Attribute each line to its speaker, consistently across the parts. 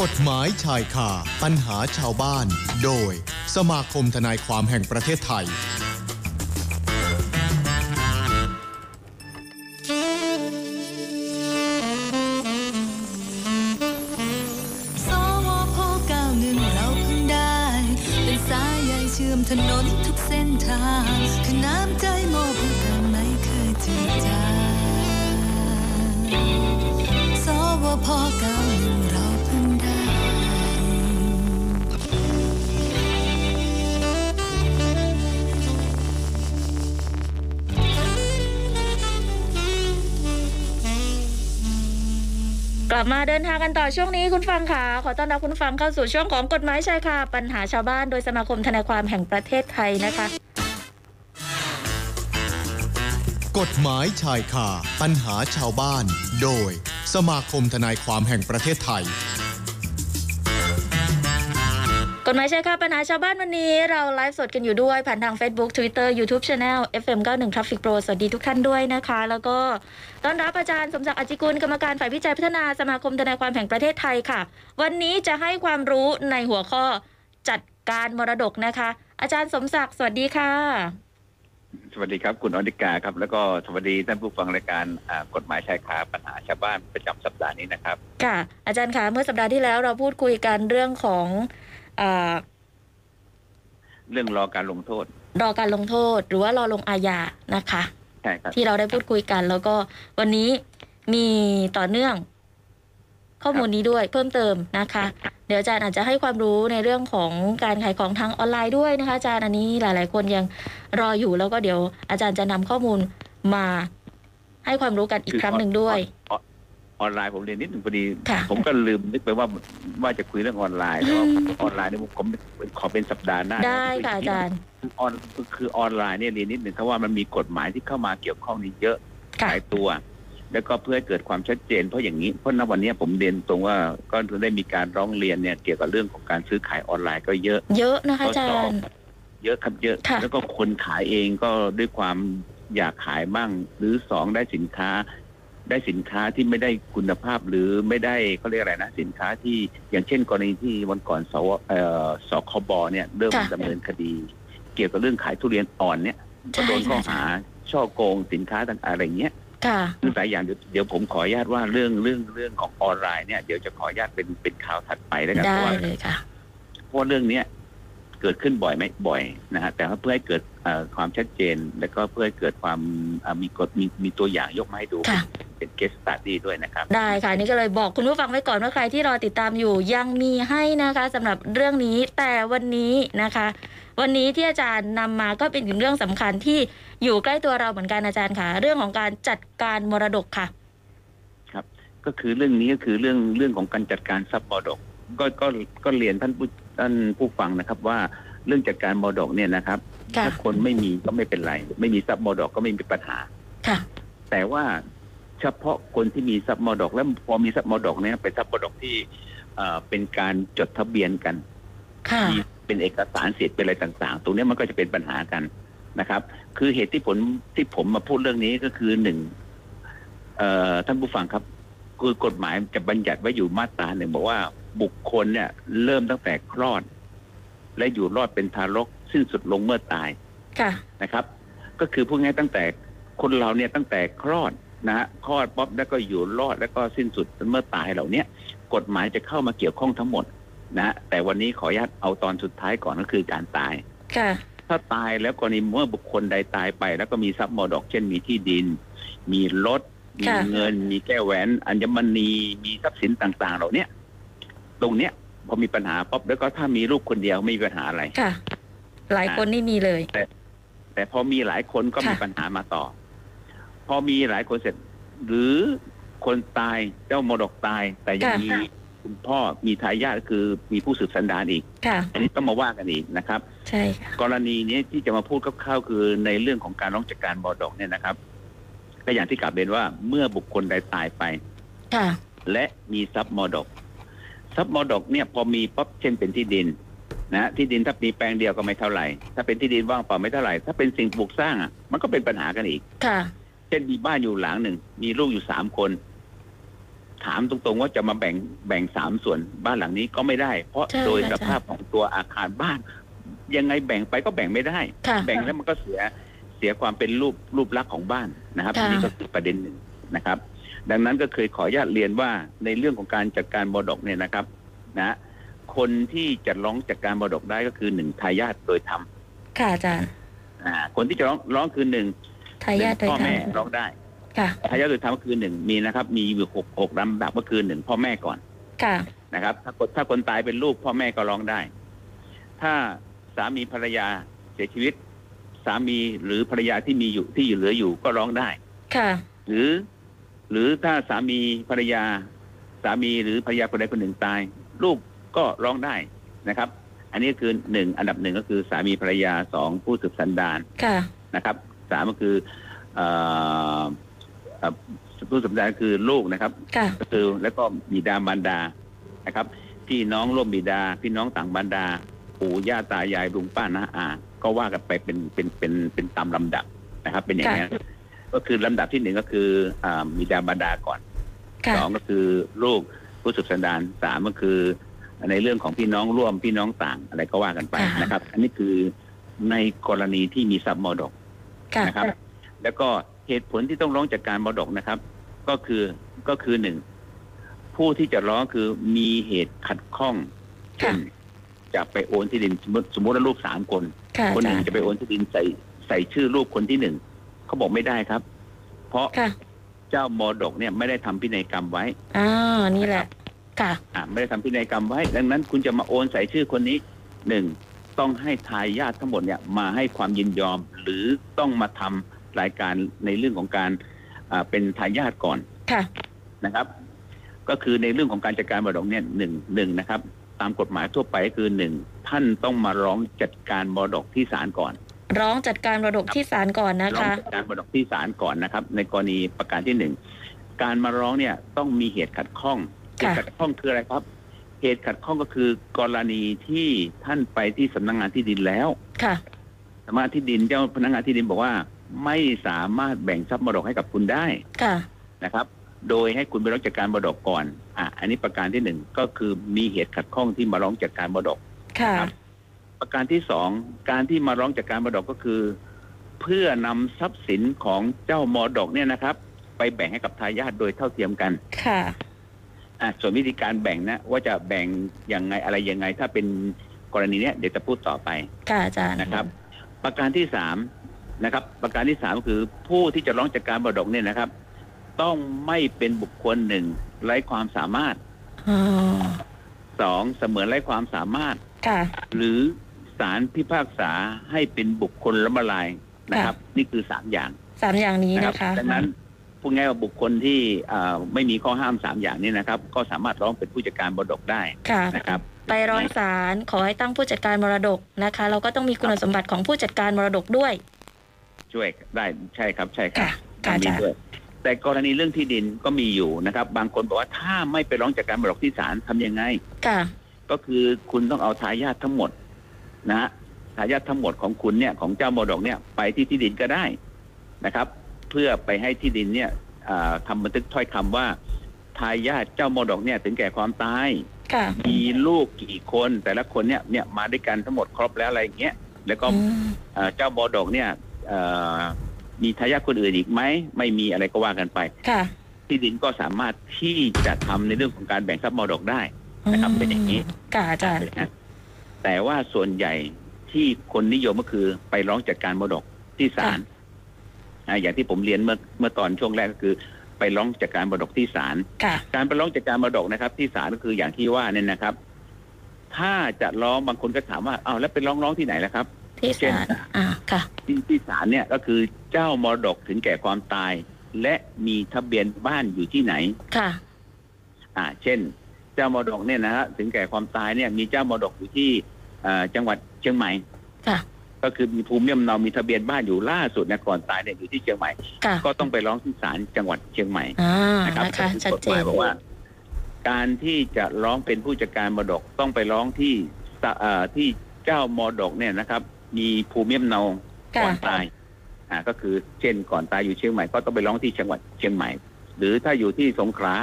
Speaker 1: กฎหมายชายคาปัญหาชาวบ้าน โดย สมาคมทนายความแห่งประเทศไทย
Speaker 2: สวพเก้าหนึ่งเราเพิ่งได้ เป็นสายใยเชื่อมถนนทุกเส้นทาง คือน้ำใจมอบให้กันไม่เคยจืดจางสวพเก้าหนึ่งเราเพิ่งได้
Speaker 3: กลับมาเดินทางกันต่อช่วงนี้คุณฟังค่ะขอต้อนรับคุณฟังเข้าสู่ช่วงของกฎหมายชายคาปัญหาชาวบ้านโดยสมาคมทนายความแห่งประเทศไทยนะคะ
Speaker 1: กฎหมายชายคาปัญหาชาวบ้าน โดย สมาคมทนายความแห่งประเทศไทย
Speaker 3: กฎหมายชายคาปัญหาชาวบ้านวันนี้เราไลฟ์สดกันอยู่ด้วย ผ่านทาง Facebook Twitter YouTube Channel FM 91 Traffic Pro สวัสดีทุกท่านด้วยนะคะ แล้วก็ต้อนรับอาจารย์สมศักดิ์อจจิกุลกรรมการฝ่ายวิจัยพัฒนาสมาคมทนายความแห่งประเทศไทยค่ะ วันนี้จะให้ความรู้ในหัวข้อจัดการมรดกนะคะ อาจารย์สมศักดิ์สวัสดีค่ะ
Speaker 4: สวัสดีครับคุณอนิกาครับ แล้วก็สวัสดีท่านผู้ฟังรายการอ่ากฎหมายชายคาปัญหาชาวบ้านประจำสัปดาห์นี้นะครับ
Speaker 3: ค่ะอาจารย์คะเมื่อสัปดาห์ที่แล้วเราพูดคุยกันเรื่องของเออ
Speaker 4: เรื่องรอการลงโทษ
Speaker 3: รอการลงโทษ หรือว่ารอลงอาญานะคะ
Speaker 4: ใช่ครับ
Speaker 3: ที่เราได้พูดคุยกัน แล้วก็วันนี้มีต่อเนื่อง ข้อมูลนี้ด้วยเพิ่มเติมนะคะ เดี๋ยวอาจารย์อาจจะให้ความรู้ในเรื่องของการขายของทางออนไลน์ด้วยนะคะอาจารย์อันนี้หลาย ๆ คนยังรออยู่แล้วก็เดี๋ยวอาจารย์จะนำข้อมูลมาให้ความรู้กันอีกครั้งหนึ่งด้วย
Speaker 4: ออนออนไลน์ผมเรียนนิดหนึ่งพอดี
Speaker 3: ค่ะ
Speaker 4: ผมก็ลืมนึกไปว่าว่าจะคุยเรื่องออนไลน์แต่ว่าออนไลน์เนี่ยผมขอเป็นสัปดาห์หน้า
Speaker 3: ได้ค่ะอาจารย์
Speaker 4: คือออนคือออนไลน์เนี่ยเรียนนิดหนึ่งครับว่ามันมีกฎหมายที่เข้ามาเกี่ยวข้องนี่เยอะ
Speaker 3: ค่ะ
Speaker 4: ขายตัว แล้วก็เพื่อให้เกิดความชัดเจน เพราะอย่างนี้เพราะณวันนี้ผมเรียนตรงว่าก็ได้มีการร้องเรียนเนี่ยเกี่ยวกับเรื่องของการซื้อขายออนไลน์ก็เยอะ
Speaker 3: เยอะนะคะอาจารย์
Speaker 4: เยอะครับเยอะ
Speaker 3: ค่ะ
Speaker 4: แล้วก็คนขายเองก็ด้วยความอยากขายบ้าง หรือสองได้สินค้า ได้สินค้าที่ไม่ได้คุณภาพหรือไม่ได้เขาเรียกอะไรนะสินค้าที่อย่างเช่น กรณีที่วันก่อนสวเอ่อสคบเนี่ยเริ่ม
Speaker 3: ค่ะ
Speaker 4: ดำเนินคดี เกี่ยวกับเรื่องขายทุเรียนอ่อนเนี่ยก็โดน
Speaker 3: ใช่
Speaker 4: ข้อ
Speaker 3: ใช่
Speaker 4: หาช่อโกงสินค้าต่างๆอะไรเงี้ย
Speaker 3: ค่ะ
Speaker 4: คือหลายอย่างเดี๋ยวเดี๋ยวผมขออนุญาตว่าเรื่องเรื่องเรื่องของออนไลน์เนี่ยเดี๋ยวจะขออนุญาตเป็นเป็นข่าวถัดไปแล้วกันเพ
Speaker 3: ได้
Speaker 4: ราะว่า
Speaker 3: เลยค่ะ
Speaker 4: เพราะเรื่องเนี้ยเกิดขึ้นบ่อยไหมบ่อยนะฮะแต่ว่าเพื่อให้เกิดเอ่อความชัดเจน แล้วก็เพื่อให้เกิดความเอ่อมีกฎมีมีตัวอย่างยกมาให้ดู
Speaker 3: ค่ะ
Speaker 4: เป็นเคสตัดดี้ด้วยนะครับ
Speaker 3: ได้ค่ะนี่ก็เลยบอกคุณผู้ฟังไว้ก่อนว่าใครที่รอติดตามอยู่ยังมีให้นะคะสำหรับเรื่องนี้แต่วันนี้นะคะ วันนี้ที่อาจารย์นำมาก็เป็นถึงเรื่องสำคัญที่อยู่ใกล้ตัวเราเหมือนกันอาจารย์ค่ะ เรื่องของการจัดการมรดกค่ะ
Speaker 4: ก็คือเรื่องนี้ก็คือเรื่องเรื่องของการจัดการทรัพย์มรดกก็ก็ก็เรียนท่านผู้ท่านผู้ฟังนะครับว่าเรื่องจัดการมรดกเนี่ยนะครับ
Speaker 3: ค่ะ
Speaker 4: ถ้าคนไม่มีก็ไม่เป็นไร ไม่มีทรัพย์มรดกก็ไม่มีปัญหา
Speaker 3: ค่ะ
Speaker 4: แต่ว่าเฉพาะคนที่มีทรัพย์มรดก และพอมีทรัพย์มรดกเนี่ยเป็นทรัพย์มรดกที่เอ่อเป็นการจดทะเบียนกัน
Speaker 3: ค่ะ
Speaker 4: มีเป็นเอกสารสิทธิ์เป็นอะไรต่าง ๆ ตรงเนี้ยมันก็จะเป็นปัญหากันนะครับ คือเหตุที่ผลที่ผมมาพูดเรื่องนี้ก็คือหนึ่งเอ่อท่านผู้ฟังครับ คือกฎหมายจะบัญญัติไว้อยู่มาตราหนึ่งบอกว่าบุคคลเนี่ย เริ่มตั้งแต่คลอด และอยู่รอดเป็นทารกสิ้นสุดลงเมื่อตาย
Speaker 3: ค่ะ
Speaker 4: นะครับ ก็คือพูดง่ายๆตั้งแต่คนเราเนี่ยตั้งแต่คลอดนะฮะคลอดป๊อบแล้วก็อยู่รอดแล้วก็สิ้นสุดเมื่อตายเหล่าเนี้ยกฎหมายจะเข้ามาเกี่ยวข้องทั้งหมดนะฮะแต่วันนี้ขออนุญาตเอาตอนสุดท้ายก่อนก็คือการตาย
Speaker 3: ค่ะ
Speaker 4: ถ้าตายแล้วกรณีเมื่อบุคคลใดตายไป แล้วก็มีทรัพย์มรดก เช่นมีที่ดิน มีรถ มี
Speaker 3: ค่ะ
Speaker 4: เงิน มีแก้วแหวน อัญมณีมีทรัพย์สินต่าง ๆ เหล่าเนี้ยตรงเนี้ยพอมีปัญหาป๊อบแล้วก็ถ้ามีลูกคนเดียวไม่มีปัญหาอะไร
Speaker 3: ค่ะ หลายคนนี่มีเลย
Speaker 4: แต่พอมีหลายคนก็มี
Speaker 3: ค่ะ
Speaker 4: ปัญหามาต่อ พอมีหลายคนเสร็จ หรือคนตายเจ้ามรดกตาย แต่ยังมีคุณพ่อมีทายาทก็คือมีผู้สืบสันดานอีก
Speaker 3: ค่ะ
Speaker 4: อันนี้ต้องมาว่ากันอีกนะครับ
Speaker 3: ใช่ค่ะ
Speaker 4: กรณีนี้ที่จะมาพูดคร่าวๆคือในเรื่องของการร้องจัดการมรดกเนี่ยนะครับ ก็อย่างที่กลับเรียนว่าเมื่อบุคคลใดตายไป
Speaker 3: ค่ะ
Speaker 4: และมีทรัพย์มรดก ทรัพย์มรดกเนี่ยพอมีปั๊บเช่นเป็นที่ดินนะที่ดินถ้ามีแปลงเดียวก็ไม่เท่าไหร่ ถ้าเป็นที่ดินว่างเปล่าไม่เท่าไหร่ ถ้าเป็นสิ่งปลูกสร้างอ่ะมันก็เป็นปัญหากันอีก
Speaker 3: ค่ะ
Speaker 4: เช่นมีบ้านอยู่หลังหนึ่ง มีลูกอยู่สามคน ถามตรงๆ ว่าจะมาแบ่งแบ่งสามส่วนบ้านหลังนี้ก็ไม่ได้ เพราะ
Speaker 3: ใช่
Speaker 4: โดย
Speaker 3: ค่ะ
Speaker 4: สภาพของตัวอาคารบ้าน ยังไงแบ่งไปก็แบ่งไม่ได้
Speaker 3: ค่ะ
Speaker 4: แบ่งแล้วมันก็เสียเสียความเป็นรูปรูปลักษณ์ของบ้านนะครับ
Speaker 3: ค่ะ
Speaker 4: อันนี่ก็คือประเด็นหนึ่งนะครับ ดังนั้นก็เคยขออนุญาตเรียนว่าในเรื่องของการจัดการมรดกเนี่ยนะครับนะคนที่จะร้องจัดการมรดกได้ก็คือหนึ่งทายาทโดยธรรม
Speaker 3: ค่ะอาจารย์
Speaker 4: อ่าคนที่จะร้องร้องคือหนึ่ง
Speaker 3: ทายาท
Speaker 4: ห
Speaker 3: โดย
Speaker 4: นึ่งพ่อ
Speaker 3: ธรร
Speaker 4: แม่
Speaker 3: ม
Speaker 4: ร้องได้
Speaker 3: ค่ะ
Speaker 4: ทายาทโดยธรรมก็คือหนึ่งมีนะครับ มีอยู่หกหกลำดับก็คือหนึ่งพ่อแม่ก่อน
Speaker 3: ค่ะ
Speaker 4: นะครับ ถ้าคนถ้าคนตายเป็นลูกพ่อแม่ก็ร้องได้ ถ้าสามีภรรยาเสียชีวิต สามีหรือภรรยาที่มีอยู่ที่อยู่เหลืออยู่ก็ร้องได้
Speaker 3: ค่ะ
Speaker 4: หรือ หรือถ้าสามีภรรยา สามีหรือภรรยาคนใดคนหนึ่งตาย ลูกก็ร้องได้นะครับ อันนี้คือหนึ่งอันดับหนึ่งก็คือสามีภรรยาสองผู้สืบสันดาน
Speaker 3: ค่ะ
Speaker 4: นะครับสามก็คือเอ่อเอ่อผู้สมดานคือลูกนะครับ
Speaker 3: ค่ะ
Speaker 4: ก็คือแล้วก็บิดามารดานะครับพี่น้องร่วมบิดา พี่น้องต่างบารดาปู่ย่าตายายลุงป้าน้าอาก็ว่ากันไปเป็นเป็นเป็นเป็นตามลำดับนะครับ เป็นอย่างนี้นก็คือลำดับที่หนึ่งก็คืออาบิดามารดาก่อน
Speaker 3: ค่ะ
Speaker 4: สองก็คือลูกผู้สืบสันดานสามก็คือ ในเรื่องของพี่น้องร่วมพี่น้องต่างอะไรก็ว่ากันไป
Speaker 3: ค่ะ
Speaker 4: นะครับ อันนี้คือในกรณีที่มีทรัพย์มรดก
Speaker 3: ค่ะ
Speaker 4: นะครับ แล้วก็เหตุผลที่ต้องร้องจากการมรดกนะครับ ก็คือก็คือหนึ่งผู้ที่จะร้องคือมีเหตุขัดข้อง
Speaker 3: ค่ะ
Speaker 4: เช่นจะไปโอนที่ดินสมมติสมมติว่าลูกสามคน
Speaker 3: ค่ะ
Speaker 4: คน
Speaker 3: อา
Speaker 4: ห
Speaker 3: จา
Speaker 4: นึ่ง
Speaker 3: รย์
Speaker 4: จะไปโอนที่ดินใส่ใส่ชื่อลูกคนที่หนึ่งเขาบอกไม่ได้ครับ เพราะ
Speaker 3: ค่ะ
Speaker 4: เจ้ามรดกเนี่ยไม่ได้ทำพินัยกรรมไว้
Speaker 3: อ่า นี่แหละ ค่ะ
Speaker 4: อ่าไม่ได้ทำพินัยกรรมไว้ ดังนั้นคุณจะมาโอนใส่ชื่อคนนี้หนึ่งต้องให้ทายาททั้งหมดเนี่ยมาให้ความยินยอม หรือต้องมาทำรายการในเรื่องของการอ่าเป็นทายาทก่อน
Speaker 3: ค่ะ
Speaker 4: นะครับ ก็คือในเรื่องของการจัดการมรดกเนี่ยหนึ่งหนึ่งนะครับ ตามกฎหมายทั่วไปก็คือหนึ่งท่านต้องมาร้องจัดการมรดกที่ศาลก่อน
Speaker 3: ร้องจัดการมรดกที่ศาลก่อนนะ
Speaker 4: ร้อง
Speaker 3: คะ
Speaker 4: จัดการมรดกที่ศาลก่อนนะครับ ในกรณีประการที่หนึ่งการมาร้องเนี่ยต้องมีเหตุขัดข้องเห
Speaker 3: ค่ะ
Speaker 4: ตุขัดข้องคืออะไรครับ เหตุขัดข้องก็คือกรณีที่ท่านไปที่สำนักงานที่ดินแล้ว
Speaker 3: ค่ะ
Speaker 4: สำนักงานที่ดินเจ้าพนักงานที่ดินบอกว่า ไม่สามารถแบ่งทรัพย์มรดกให้กับคุณได้
Speaker 3: ค่ะ
Speaker 4: นะครับ โดยให้คุณไปร้องจัดการบดกก่อน อ่ะ อันนี้ประการที่หนึ่งก็คือมีเหตุขัดข้องที่มาร้องจัดการบดก
Speaker 3: ค่ะ
Speaker 4: ครับ ประการที่สองการที่มาร้องจัดการบดกก็คือ เพื่อนำทรัพย์สินของเจ้ามอดกเนี่ยนะครับ ไปแบ่งให้กับทายาทโดยเท่าเทียมกัน
Speaker 3: ค่ะ
Speaker 4: อ่ะส่วนวิธีการแบ่งนะ ว่าจะแบ่งยังไงอะไรยังไง ถ้าเป็นกรณีเนี้ยเดี๋ยวจะพูดต่อไป
Speaker 3: ค่ะอาจารย์
Speaker 4: นะครับประการที่สามนะครับ ประการที่สามก็คือผู้ที่จะร้องจัดการมรดกเนี่ยนะครับ ต้องไม่เป็นบุคคลหนึ่งไร้ความสามารถ
Speaker 3: อ๋อ
Speaker 4: สองเสมือนไร้ความสามารถ
Speaker 3: ค่ะ
Speaker 4: หรือสารพิพากษาให้เป็นบุคคลละมลายนะครับ นี่คือสามอย่าง
Speaker 3: สามอย่างนี้
Speaker 4: นะครับ
Speaker 3: นะคะ
Speaker 4: ดังนั้นพูดง่ายว่าบุคคลที่อ่าไม่มีข้อห้ามสามอย่างนี้นะครับ ก็สามารถร้องเป็นผู้จัดการมรดกได้
Speaker 3: ค่ะ
Speaker 4: นะครับ
Speaker 3: ไปร้องศาลขอให้ตั้งผู้จัดการมรดกนะคะ เราก็ต้องมีคุณสมบัติของผู้จัดการมรดกด้วย
Speaker 4: ช่วยได้ใช่ครับใช่ครับ
Speaker 3: ค่ะ ค่ะอาจารย์
Speaker 4: ด้วยแต่กรณีเรื่องที่ดินก็มีอยู่นะครับ บางคนบอกว่าถ้าไม่ไปร้องจากการมรดกที่ศาลทำยังไง
Speaker 3: ค่ะ
Speaker 4: ก็คือคุณต้องเอาทายาททั้งหมดนะฮะทายาททั้งหมดของคุณเนี่ยของเจ้ามรดกเนี่ยไปที่ที่ดินก็ได้นะครับ เพื่อไปให้ที่ดินเนี่ยอ่าทำาบันทึกถ้อยคำว่า ทายาทเจ้ามรดกเนี่ยถึงแก่ความตาย
Speaker 3: ค่ะ
Speaker 4: มีลูกกี่คนแต่ละคนเนี่ยเนี่ยมาด้วยกันทั้งหมดครบแล้วอะไรอย่างเงี้ยแล้วก็
Speaker 3: อืม
Speaker 4: เอ่อเจ้ามรดกเนี่ยเอ่อมีทายาทคนอื่นอีกไหมไม่มีอะไรก็ว่ากันไป
Speaker 3: ค่ะ
Speaker 4: ที่ดินก็สามารถที่จะทำในเรื่องของการแบ่งทรัพย์มรดกได้ นะครับเป็นอย่างนี้
Speaker 3: ค่ะอาจารย์
Speaker 4: นะฮะแต่ว่าส่วนใหญ่ที่คนนิยมก็คือไปร้องจัดการมรดกที่ศาลอ่าอย่างที่ผมเรียนเมื่อเมื่อตอนช่วงแรกก็คือ ไปร้องจัดการมรดกที่ศาล
Speaker 3: ค่ะ
Speaker 4: การไปร้องจัดการมรดกนะครับที่ศาลก็คืออย่างที่ว่าเนี่ยนะครับ ถ้าจะร้องบางคนก็ถามว่าเอาวแล้วไปร้องร้องที่ไหนล่ะครับ
Speaker 3: ที่ศาลอ่า ค่ะ
Speaker 4: ที่ที่ศาลเนี่ยก็คือเจ้ามรดกถึงแก่ความตาย และมีทะเบียนบ้านอยู่ที่ไหน
Speaker 3: ค่ะ
Speaker 4: อ่า เช่น เจ้ามรดกเนี่ยนะฮะถึงแก่ความตายเนี่ยมีเจ้ามรดกอยู่ที่เอ่อจังหวัดเชียงใหม่
Speaker 3: ค่ะ
Speaker 4: ก็คือมีภูมิลำเนามีทะเบียนบ้านอยู่ล่าสุดเนะก่อนตายเนี่ยอยู่ที่เชียงใหม่
Speaker 3: ค่ะ
Speaker 4: ก็ต้องไปร้องที่ศาลจังหวัดเชียงใหม่
Speaker 3: อ่า
Speaker 4: นะครั
Speaker 3: นะ
Speaker 4: ก็
Speaker 3: คะ
Speaker 4: คือ
Speaker 3: ชัด
Speaker 4: กฎ
Speaker 3: เจ
Speaker 4: หมาน ยบอกว่า การที่จะร้องเป็นผู้จัดการมรดกต้องไปร้องที่ศาเอ่อที่เจ้ามรดกเนี่ยนะครับ มีภูมิลำเนา ก่อน
Speaker 3: ค่ะ
Speaker 4: ตาย อ่า ก็คือเช่นก่อนตายอยู่เชียงใหม่ก็ต้องไปร้องที่จังหวัดเชียงใหม่ หรือถ้าอยู่ที่สงขลา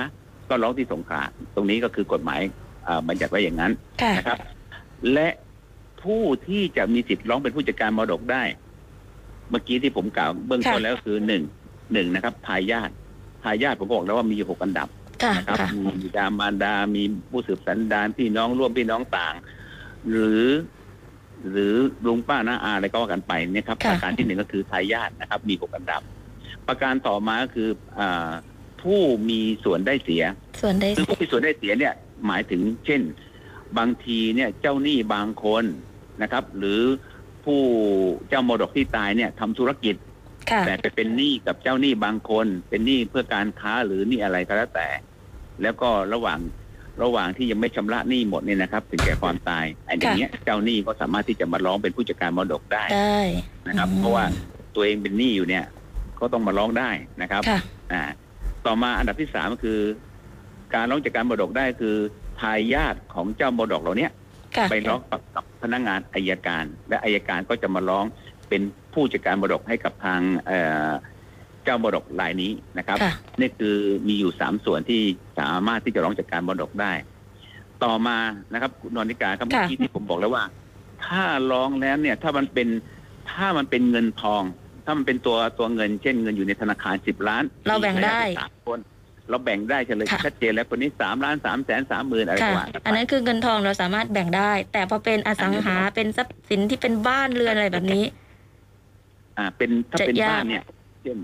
Speaker 4: ก็ร้องที่สงขลาตรงนี้ก็คือกฎหมายเอ่อบัญญัติไว้อย่างนั้น
Speaker 3: ค่ะ
Speaker 4: นะครับ และผู้ที่จะมีสิทธิ์ร้องเป็นผู้จัดการมรดกได้ เมื่อกี้ที่ผมกล่าวเบื้องต้น
Speaker 3: ค่ะ
Speaker 4: แล้วคือหนึ่งหนึ่งนะครับทายาททายาทผมบอกแล้วว่ามีอยู่หกอันดับ
Speaker 3: ค่ะ
Speaker 4: นะครับ
Speaker 3: ค่ะ
Speaker 4: มีบิดามารดา มีผู้สืบสันดานพี่น้องร่วมพี่น้องต่าง หรือ หรือลุงป้าน้าอาอะไรก็ว่ากันไปเนี่ยครับ
Speaker 3: ค่ะ
Speaker 4: ประการที่หนึ่งก็คือทายาทนะครับ มีหกอันดับ ประการต่อมาก็คืออาผู้มีส่วนได้เสีย
Speaker 3: ส่วนได้
Speaker 4: คือผู้มีส่วนได้เสียเนี่ยหมายถึงเช่น บางทีเนี่ยเจ้าหนี้บางคนนะครับ หรือผู้เจ้ามรดกที่ตายเนี่ยทำธุรกิจ
Speaker 3: ค่ะ
Speaker 4: แต่ไปเป็นหนี้กับเจ้าหนี้บางคน เป็นหนี้เพื่อการค้าหรือหนี้อะไรก็แล้วแต่ แล้วก็ระหว่างระหว่างที่ยังไม่ชำระหนี้หมดเนี่ยนะครับ ถึงแก่ความตายอันอย่างเงี้ยเจ้าหนี้ก็สามารถที่จะมาร้องเป็นผู้จัดการมรดกได้
Speaker 3: ได้
Speaker 4: นะครับ
Speaker 3: อืม
Speaker 4: เพราะว่าตัวเองเป็นหนี้อยู่เนี่ย ก็ต้องมาร้องได้นะครับ
Speaker 3: ค่ะ
Speaker 4: อ่าต่อมาอันดับที่สามก็คือ การร้องจัดการมรดกได้คือทายาทของเจ้ามรดกเหล่าเนี้ย
Speaker 3: ค่ะ
Speaker 4: ไปร้องกับกับพนักงานอายการ และอายการก็จะมาร้องเป็นผู้จัดการมรดกให้กับทางเอ่อเจ้ามรดกรายนี้นะครับ
Speaker 3: ค่ะ
Speaker 4: นี่คือมีอยู่สามส่วนที่สามารถที่จะร้องจัดการมรดกได้ ต่อมานะครับคุณนนทิกาครับเมื่อ
Speaker 3: ค่ะ
Speaker 4: กี้ที่ผมบอกแล้วว่า ถ้าร้องแล้วเนี่ย ถ้ามันเป็นถ้ามันเป็นเงินทอง ถ้ามันเป็นตัวตัวเงิน เช่นเงินอยู่ในธนาคารสิบล้าน
Speaker 3: เราแบ่งได้
Speaker 4: มีสามคน เราแบ่งได้เฉลย
Speaker 3: ค่ะ
Speaker 4: ชัดเจนแล้วคนนี้สามล้านสามแสนสามหมื่นอะไร
Speaker 3: ค่ะ
Speaker 4: กว่ากันไป
Speaker 3: อันนั้นคือเงินทองเราสามารถแบ่งได้ แต่พอเป็นอสังหาเป็นทรัพย์สินที่เป็นบ้านเรือนอะไรแบบนี้
Speaker 4: อ่าเป็นถ้า
Speaker 3: จะ
Speaker 4: เป็น
Speaker 3: ยาก
Speaker 4: บ้านเนี่ยเช่น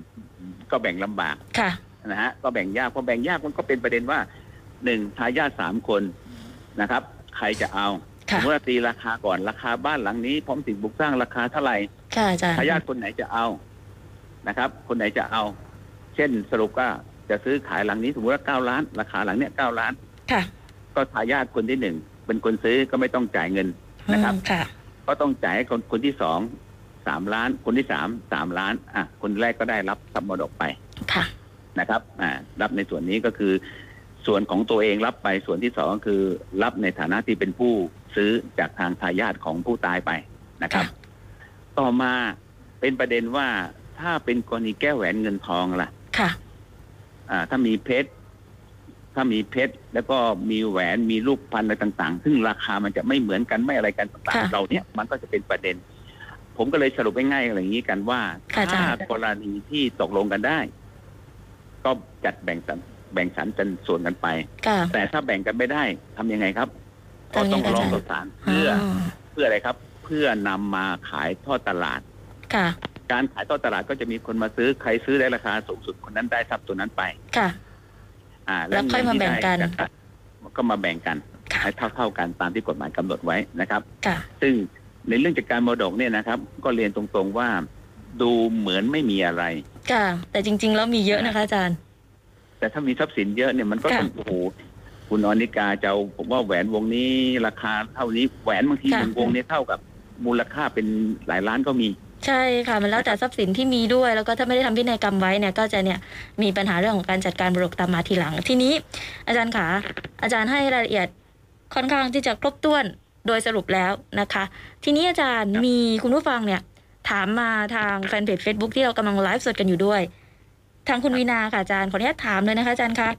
Speaker 4: ก็แบ่งลำบาก
Speaker 3: ค่ะ
Speaker 4: นะฮะก็แบ่งยากพอแบ่งยากมันก็เป็นประเด็นว่าหนึ่งทายาทสามคนนะครับ ใครจะเอาส
Speaker 3: ค่ะ
Speaker 4: มมติว่าตีราคาก่อนราคาบ้านหลังนี้ พร้อมสิ่งบุกสร้างราคาเท่าไหร่
Speaker 3: ค่ะอาจารย์
Speaker 4: ทายาทคนไหนจะเอานะครับ คนไหนจะเอา เช่นสรุปว่าจะซื้อขายหลังนี้สมมติว่าเก้าล้าน ราคาหลังเนี้ยเก้าล้าน
Speaker 3: ค่ะ
Speaker 4: ก็ทายาทคนที่หนึ่งเป็นคนซื้อก็ไม่ต้องจ่ายเงิน
Speaker 3: อื
Speaker 4: นะครับ
Speaker 3: มค่ะ
Speaker 4: ก็ต้องจ่ายให้คนคนที่สองสามล้าน คนที่สามสามล้านอ่ะคนแรกก็ได้รับทรัพย์มรดกไป
Speaker 3: ค่ะ
Speaker 4: นะครับอ่ารับในส่วนนี้ก็คือ ส่วนของตัวเองรับไปส่วนที่สองก็คือ รับในฐานะที่เป็นผู้ซื้อจากทางทายาทของผู้ตายไปนะครับ
Speaker 3: ค่ะ
Speaker 4: ต่อมาเป็นประเด็นว่าถ้าเป็นกรณีแก้วแหวนเงินทองล่ะ
Speaker 3: ค่ะ
Speaker 4: อ่าถ้ามีเพชร ถ้ามีเพชร แล้วก็มีแหวนมีรูปพันอะไรต่าง ๆ ซึ่งราคามันจะไม่เหมือนกันไม่อะไรกันต่าง
Speaker 3: ค่ะ
Speaker 4: ๆเราเนี้ยมันก็จะเป็นประเด็น ผมก็เลยสรุปง่ายๆอะไรอย่างนี้กันว่า
Speaker 3: ค่ะอาจารย์
Speaker 4: ถ้ากรณีที่ตกลงกันได้ ก็จัดแบ่งสรรแบ่งสรรเป็นส่วนกันไป
Speaker 3: ค่ะ
Speaker 4: แต่ถ้าแบ่งกันไม่ได้ทำยังไงครับ ก็ต้อง
Speaker 3: ทำยังไงอาจารย์
Speaker 4: ร้องต่อศาลเพื่ออ
Speaker 3: อ
Speaker 4: เพื่ออะไรครับ เพื่อนำมาขายทอดตลาด
Speaker 3: ค่ะ
Speaker 4: การขายทอดตลาดก็จะมีคนมาซื้อใครซื้อได้ราคาสูงสุดคนนั้นได้ทรัพย์ตัวนั้นไป
Speaker 3: ค่ะ
Speaker 4: อ่า
Speaker 3: แล้วค่อยมาแบ่งกัน
Speaker 4: เงิที่ได้จากการก็มาแบ่งกัน
Speaker 3: ค่ะ
Speaker 4: ให้เท่าๆกันตามที่กฎหมายกำหนดไว้นะครับ
Speaker 3: ค่ะ
Speaker 4: ซึ่งในเรื่องจัดการมรดกเนี่ยนะครับ ก็เรียนตรงๆว่า ดูเหมือนไม่มีอะไร
Speaker 3: ค่ะ แต่จริง ๆ แล้วมีเยอะนะคะอาจารย์
Speaker 4: แต่ถ้ามีทรัพย์สินเยอะเนี่ยมันก็
Speaker 3: ค่ะ
Speaker 4: ต้องโอ้โหคุณอนิกาจะเอาผมว่าแหวนวงนี้ราคาเท่านี้แหวนบางที
Speaker 3: ค่ะ
Speaker 4: หนึ่งวงเนี่ยเท่ากับมูลค่าเป็นหลายล้านก็มี
Speaker 3: ใช่ค่ะ มันแล้วแต่ทรัพย์สินที่มีด้วย แล้วก็ถ้าไม่ได้ทำพินัยกรรมไว้เนี่ยก็จะเนี่ยมีปัญหาเรื่องของการจัดการบรกตามมาทีหลัง ทีนี้ อาจารย์ขาอาจารย์ให้รายละเอียดค่อนข้างที่จะครบถ้วนโดยสรุปแล้วนะคะ ทีนี้อาจารย์
Speaker 4: ครับ
Speaker 3: มีคุณผู้ฟังเนี่ย ถามมาทางแฟนเพจ Facebook ที่เรากำลังไลฟ์สดกันอยู่ด้วย ทางคุณวีนาค่ะอาจารย์ขออนุญาตถามเลยนะคะอาจารย์คะ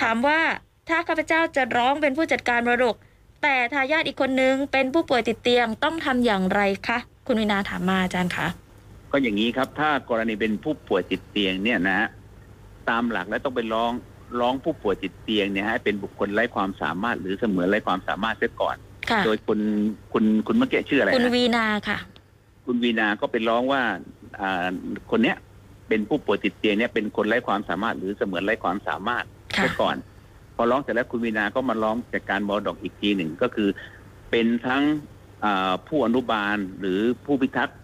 Speaker 3: ถามว่าถ้าข้าพเจ้าจะร้องเป็นผู้จัดการมรดก แต่ทายาทอีกคนนึงเป็นผู้ป่วยติดเตียงต้องทำอย่างไรคะคุณวินาถามมาอาจารย์คะ
Speaker 4: ก็อย่างนี้ครับ ถ้ากรณีเป็นผู้ป่วยติดเตียงเนี่ยนะฮะตามหลักแล้วต้องไปร้องร้องผู้ป่วยติดเตียงเนี่ยฮะให้เป็นบุคคลไร้ความสามารถ หรือเสมือนไร้ความสามารถเสียก่อน
Speaker 3: ค่ะ
Speaker 4: โดยคุณคุณคุณเมื่อกี้ชื่ออะไร
Speaker 3: คุณ
Speaker 4: นะ
Speaker 3: วีนาค่ะ
Speaker 4: คุณวีนาก็ไปร้องว่าอ่าคนเนี้ยเป็นผู้ป่วยติดเตียงเนี่ยเป็นคนไร้ความสามารถ หรือเสมือนไร้ความสามารถ
Speaker 3: ค่ะ
Speaker 4: เสียก่อน พอร้องเสร็จแล้วคุณวีนาก็มาร้องจากการมรดกอีกทีหนึ่งก็คือ เป็นทั้งอ่าผู้อนุบาลหรือผู้พิทักษ์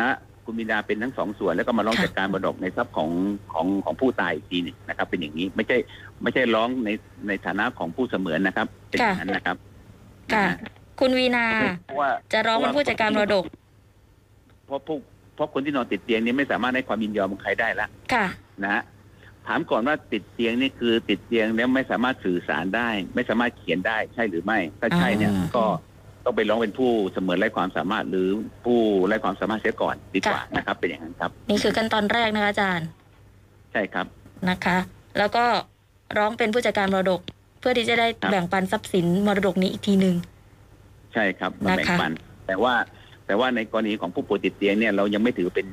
Speaker 4: นะคุณวีนาเป็นทั้งสองส่วน แล้วก็มาร้อง
Speaker 3: ค่ะ
Speaker 4: จากการมรดกในทรัพย์ของของของผู้ตายอีกทีหนึ่งนะครับ เป็นอย่างนี้ไม่ใช่ไม่ใช่ร้องในในฐานะของผู้เสมือนนะครับ เป็นอย่างนั้นนะครับ
Speaker 3: ค่ะ คุณวีนา
Speaker 4: เพราะว่า
Speaker 3: จะร้องเป็นผู้จัดการมรดก
Speaker 4: เพราะผู้เพราะคนที่นอนติดเตียงนี้ไม่สามารถให้ความยินยอมของใครได้ละ
Speaker 3: ค่ะ
Speaker 4: นะฮะถามก่อนว่าติดเตียงนี่คือติดเตียงแล้วไม่สามารถสื่อสารได้ ไม่สามารถเขียนได้ใช่หรือไม่ ถ้าใช่เนี่ย
Speaker 3: อ่า
Speaker 4: ก็ต้องไปร้องเป็นผู้เสมือนไร้ความสามารถหรือผู้ไร้ความสามารถเสียก่อนดีกว่านะครับ เป็นอย่างนั้นครับ
Speaker 3: นี่คือขั้นตอนแรกนะคะอาจารย์
Speaker 4: ใช่ครับ
Speaker 3: นะคะ แล้วก็ ร้องเป็นผู้จัดการมรดก เพื่อที่จะได้
Speaker 4: ครับ
Speaker 3: แบ่งปันทรัพย์สินมรดกนี้อีกทีหนึ่ง
Speaker 4: ใช่ครับมา
Speaker 3: นะคะ
Speaker 4: แบ่งปัน แต่ว่าแต่ว่าในกรณีของผู้ป่วยติดเตียงเนี่ยเรายังไม่ถือเป็น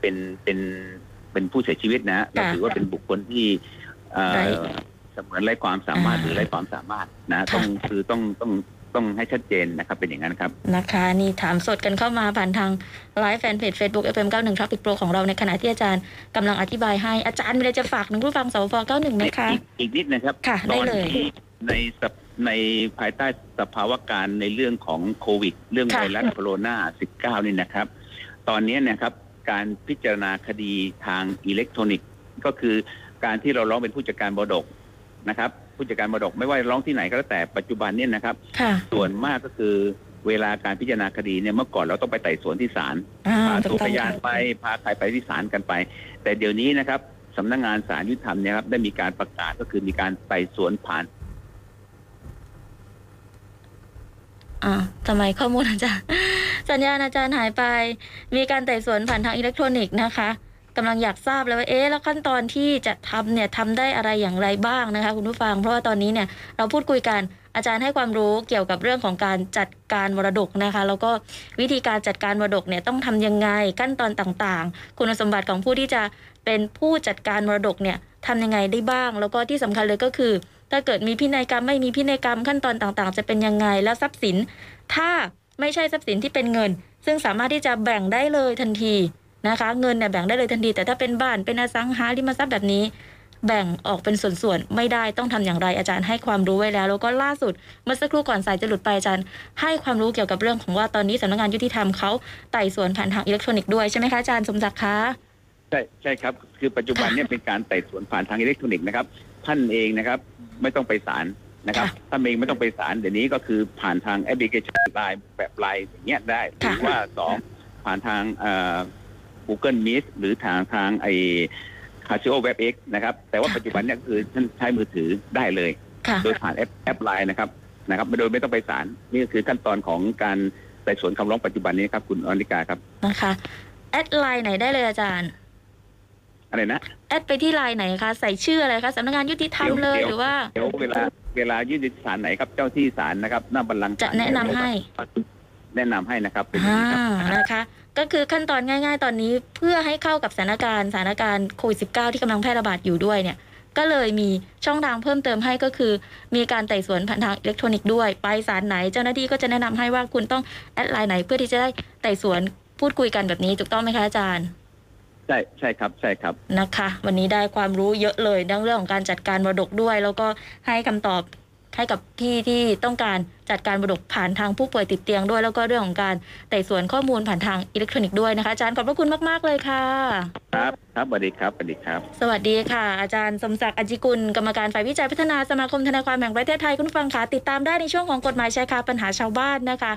Speaker 4: เป็นเป็นเป็นผู้เสียชีวิตนะฮะเราถือว่าเป็นบุคคลที่เอ่อ
Speaker 3: ไร้
Speaker 4: เสมือนไร้ความสามารถ
Speaker 3: อ่า
Speaker 4: หรือไร้ความสามารถนะ
Speaker 3: ค่ะ
Speaker 4: ต้องคือต้องต้องต้องให้ชัดเจนนะครับ เป็นอย่างนั้นครับ
Speaker 3: นะคะนี่ถามสดกันเข้ามาผ่านทางไลฟ์แฟนเพจ Facebook FM91 Traffic Pro ของเราในขณะที่อาจารย์กำลังอธิบายให้อาจารย์มีอะไรจะฝากถึงผู้ฟังสวพ91ไหมคะ
Speaker 4: อีกอีกนิดนะครับ
Speaker 3: ค่ะ
Speaker 4: ต
Speaker 3: ได้
Speaker 4: อน
Speaker 3: เลย
Speaker 4: นี้ในสภในภายใต้สภาวะการในเรื่องของโควิด เรื่อง
Speaker 3: ค่ะ
Speaker 4: ไวรัสโคโรนา19นี่นะครับ ตอนนี้เนะครับการพิจารณาคดีทางอิเล็กทรอนิกส์ ก็คือการที่เราร้องเป็นผู้จัดการบดกนะครับ ผู้จัดการบดกไม่ว่าร้องที่ไหนก็แล้วแต่ปัจจุบันเนี่ยนะครับ
Speaker 3: ค่ะ
Speaker 4: ส่วนมากก็คือเวลาการพิจารณาคดีเนี่ยเมื่อก่อนเราต้องไปไต่สวนที่ศาล
Speaker 3: อ่า
Speaker 4: พา
Speaker 3: ถูก
Speaker 4: ตัว
Speaker 3: ต้
Speaker 4: พ
Speaker 3: อง
Speaker 4: ยานไปพาใครไปที่ศาลกันไป แต่เดี๋ยวนี้นะครับสำนักงานศาลยุติธรรมเนี่ยครับได้มีการประกาศก็คือมีการไต่สวนผ่าน
Speaker 3: อ่าทำไมข้อมูลอาจารย์ สัญญาณอาจารย์หายไป มีการไต่สวนผ่านทางอิเล็กทรอนิกส์นะคะกำลังอยากทราบเลยว่าเอ๊ะแล้วขั้นตอนที่จะทำเนี่ยทำได้อะไรอย่างไรบ้างนะคะ คุณผู้ฟัง เพราะว่าตอนนี้เนี่ยเราพูดคุยกันอาจารย์ให้ความรู้เกี่ยวกับเรื่องของการจัดการมรดกนะคะ แล้วก็วิธีการจัดการมรดกเนี่ยต้องทำยังไงขั้นตอนต่างๆ คุณสมบัติของผู้ที่จะเป็นผู้จัดการมรดกเนี่ยทำยังไงได้บ้าง แล้วก็ที่สำคัญเลยก็คือ ถ้าเกิดมีพินัยกรรมไม่มีพินัยกรรมขั้นตอนต่างๆ จะเป็นยังไงแล้วทรัพย์สิน ถ้าไม่ใช่ทรัพย์สินที่เป็นเงิน ซึ่งสามารถที่จะแบ่งได้เลยทันทีนะคะ เงินเนี่ยแบ่งได้เลยทันที แต่ถ้าเป็นบ้านเป็นอสังหาริมทรัพย์แบบนี้ แบ่งออกเป็นส่วนๆไม่ได้ต้องทำอย่างไรอาจารย์ให้ความรู้ไว้แล้ว แล้วก็ล่าสุดเมื่อสักครู่ก่อนสายจะหลุดไปอาจารย์ ให้ความรู้เกี่ยวกับเรื่องของว่าตอนนี้สำนักงานยุติธรรมเขาไต่สวนผ่านทางอิเล็กทรอนิกส์ด้วยใช่ไหมคะอาจารย์สมศักดิ์คะ
Speaker 4: ใช่ใช่ครับคือปัจจุบันเนี่ยเป็นการไต่สวนผ่านทางอิเล็กทรอนิกส์นะครับ ท่านเองนะครับไม่ต้องไปศาลนะครับ
Speaker 3: ค่ะ
Speaker 4: ท่านเองไม่ต้องไปศาลเดี๋ยวนี้ก็คือผ่านทางแอปพลิเคชันไลน์แบบไลน์อย่างเงี้ยได้ ห
Speaker 3: ค่ะ
Speaker 4: รือว่าสองผ่านทางเอ่อ Google Meet หรือทางทางไอ Casio WebX นะครับแต่ว่าปัจจุบันเนี่ยคือท่านใช้มือถือได้เลย
Speaker 3: ค่ะ
Speaker 4: โดยผ่านแอปแอปไลน์นะครับนะครับโดยไม่ต้องไปศาลนี่ก็คือขั้นตอนของการไต่สวนคำร้องปัจจุบันนี้ครับคุณอนิกาครับ
Speaker 3: นะคะแอดไลน์ไหนได้เลยอาจารย์
Speaker 4: อะไรนะ
Speaker 3: แอดไปที่ไลน์ไหนคะใส่ชื่ออะไรคะสำนักงานยุติธรรมเลยห
Speaker 4: เดี๋ยว
Speaker 3: รือว่า
Speaker 4: เดี๋ยวเวลาเวลายื่นที่ศาลไหนครับเจ้าที่ศาลนะครับหน้าบัลลังก์ศาล
Speaker 3: จะแนะนำให้
Speaker 4: แนะนำให้นะครับเป็นอย่าง
Speaker 3: อ่า
Speaker 4: นี้ครับ
Speaker 3: นะคะ ก็คือขั้นตอนง่าย ๆ ตอนนี้เพื่อให้เข้ากับสถานการณ์สถานการณ์โควิด -19 ที่กำลังแพร่ระบาดอยู่ด้วยเนี่ย ก็เลยมีช่องทางเพิ่มเติมให้ก็คือ มีการไต่สวนผ่านทางอิเล็กทรอนิกส์ด้วย ไปศาลไหนเจ้าหน้าที่ก็จะแนะนำให้ว่าคุณต้องแอดไลน์ไหนเพื่อที่จะได้ไต่สวนพูดคุยกันแบบนี้ถูกต้องไหมคะอาจารย์
Speaker 4: ใช่ใช่ครับใช่ครับ
Speaker 3: นะคะ วันนี้ได้ความรู้เยอะเลยทั้งเรื่องของการจัดการมรดกด้วย แล้วก็ให้คำตอบให้กับพี่ที่ต้องการจัดการมรดกผ่านทางผู้ป่วยติดเตียงด้วย แล้วก็เรื่องของการไต่สวนข้อมูลผ่านทางอิเล็กทรอนิกส์ด้วยนะคะอาจารย์ขอบพระคุณมาก ๆ เลยค่ะ
Speaker 4: ครับครับสวัสดีครับสวัสดีครับ
Speaker 3: สวัสดีค่ะ อาจารย์สมศักดิ์อจจิกุล กรรมการฝ่ายวิจัยพัฒนาสมาคมทนายความแห่งประเทศไทยคุณผู้ฟังคะติดตามได้ในช่วงของกฎหมายชายคาปัญหาชาวบ้านนะคะ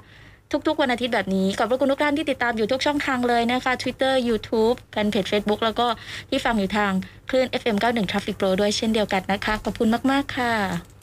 Speaker 3: ทุกๆ วันอาทิตย์แบบนี้ ขอบพระคุณทุกท่านที่ติดตามอยู่ทุกช่องทางเลยนะคะ Twitter YouTube แฟนเพจ Facebook แล้วก็ที่ฟังอยู่ทางคลื่น FM 91 Traffic Pro ด้วยเช่นเดียวกันนะคะ ขอบคุณมาก ๆ ค่ะ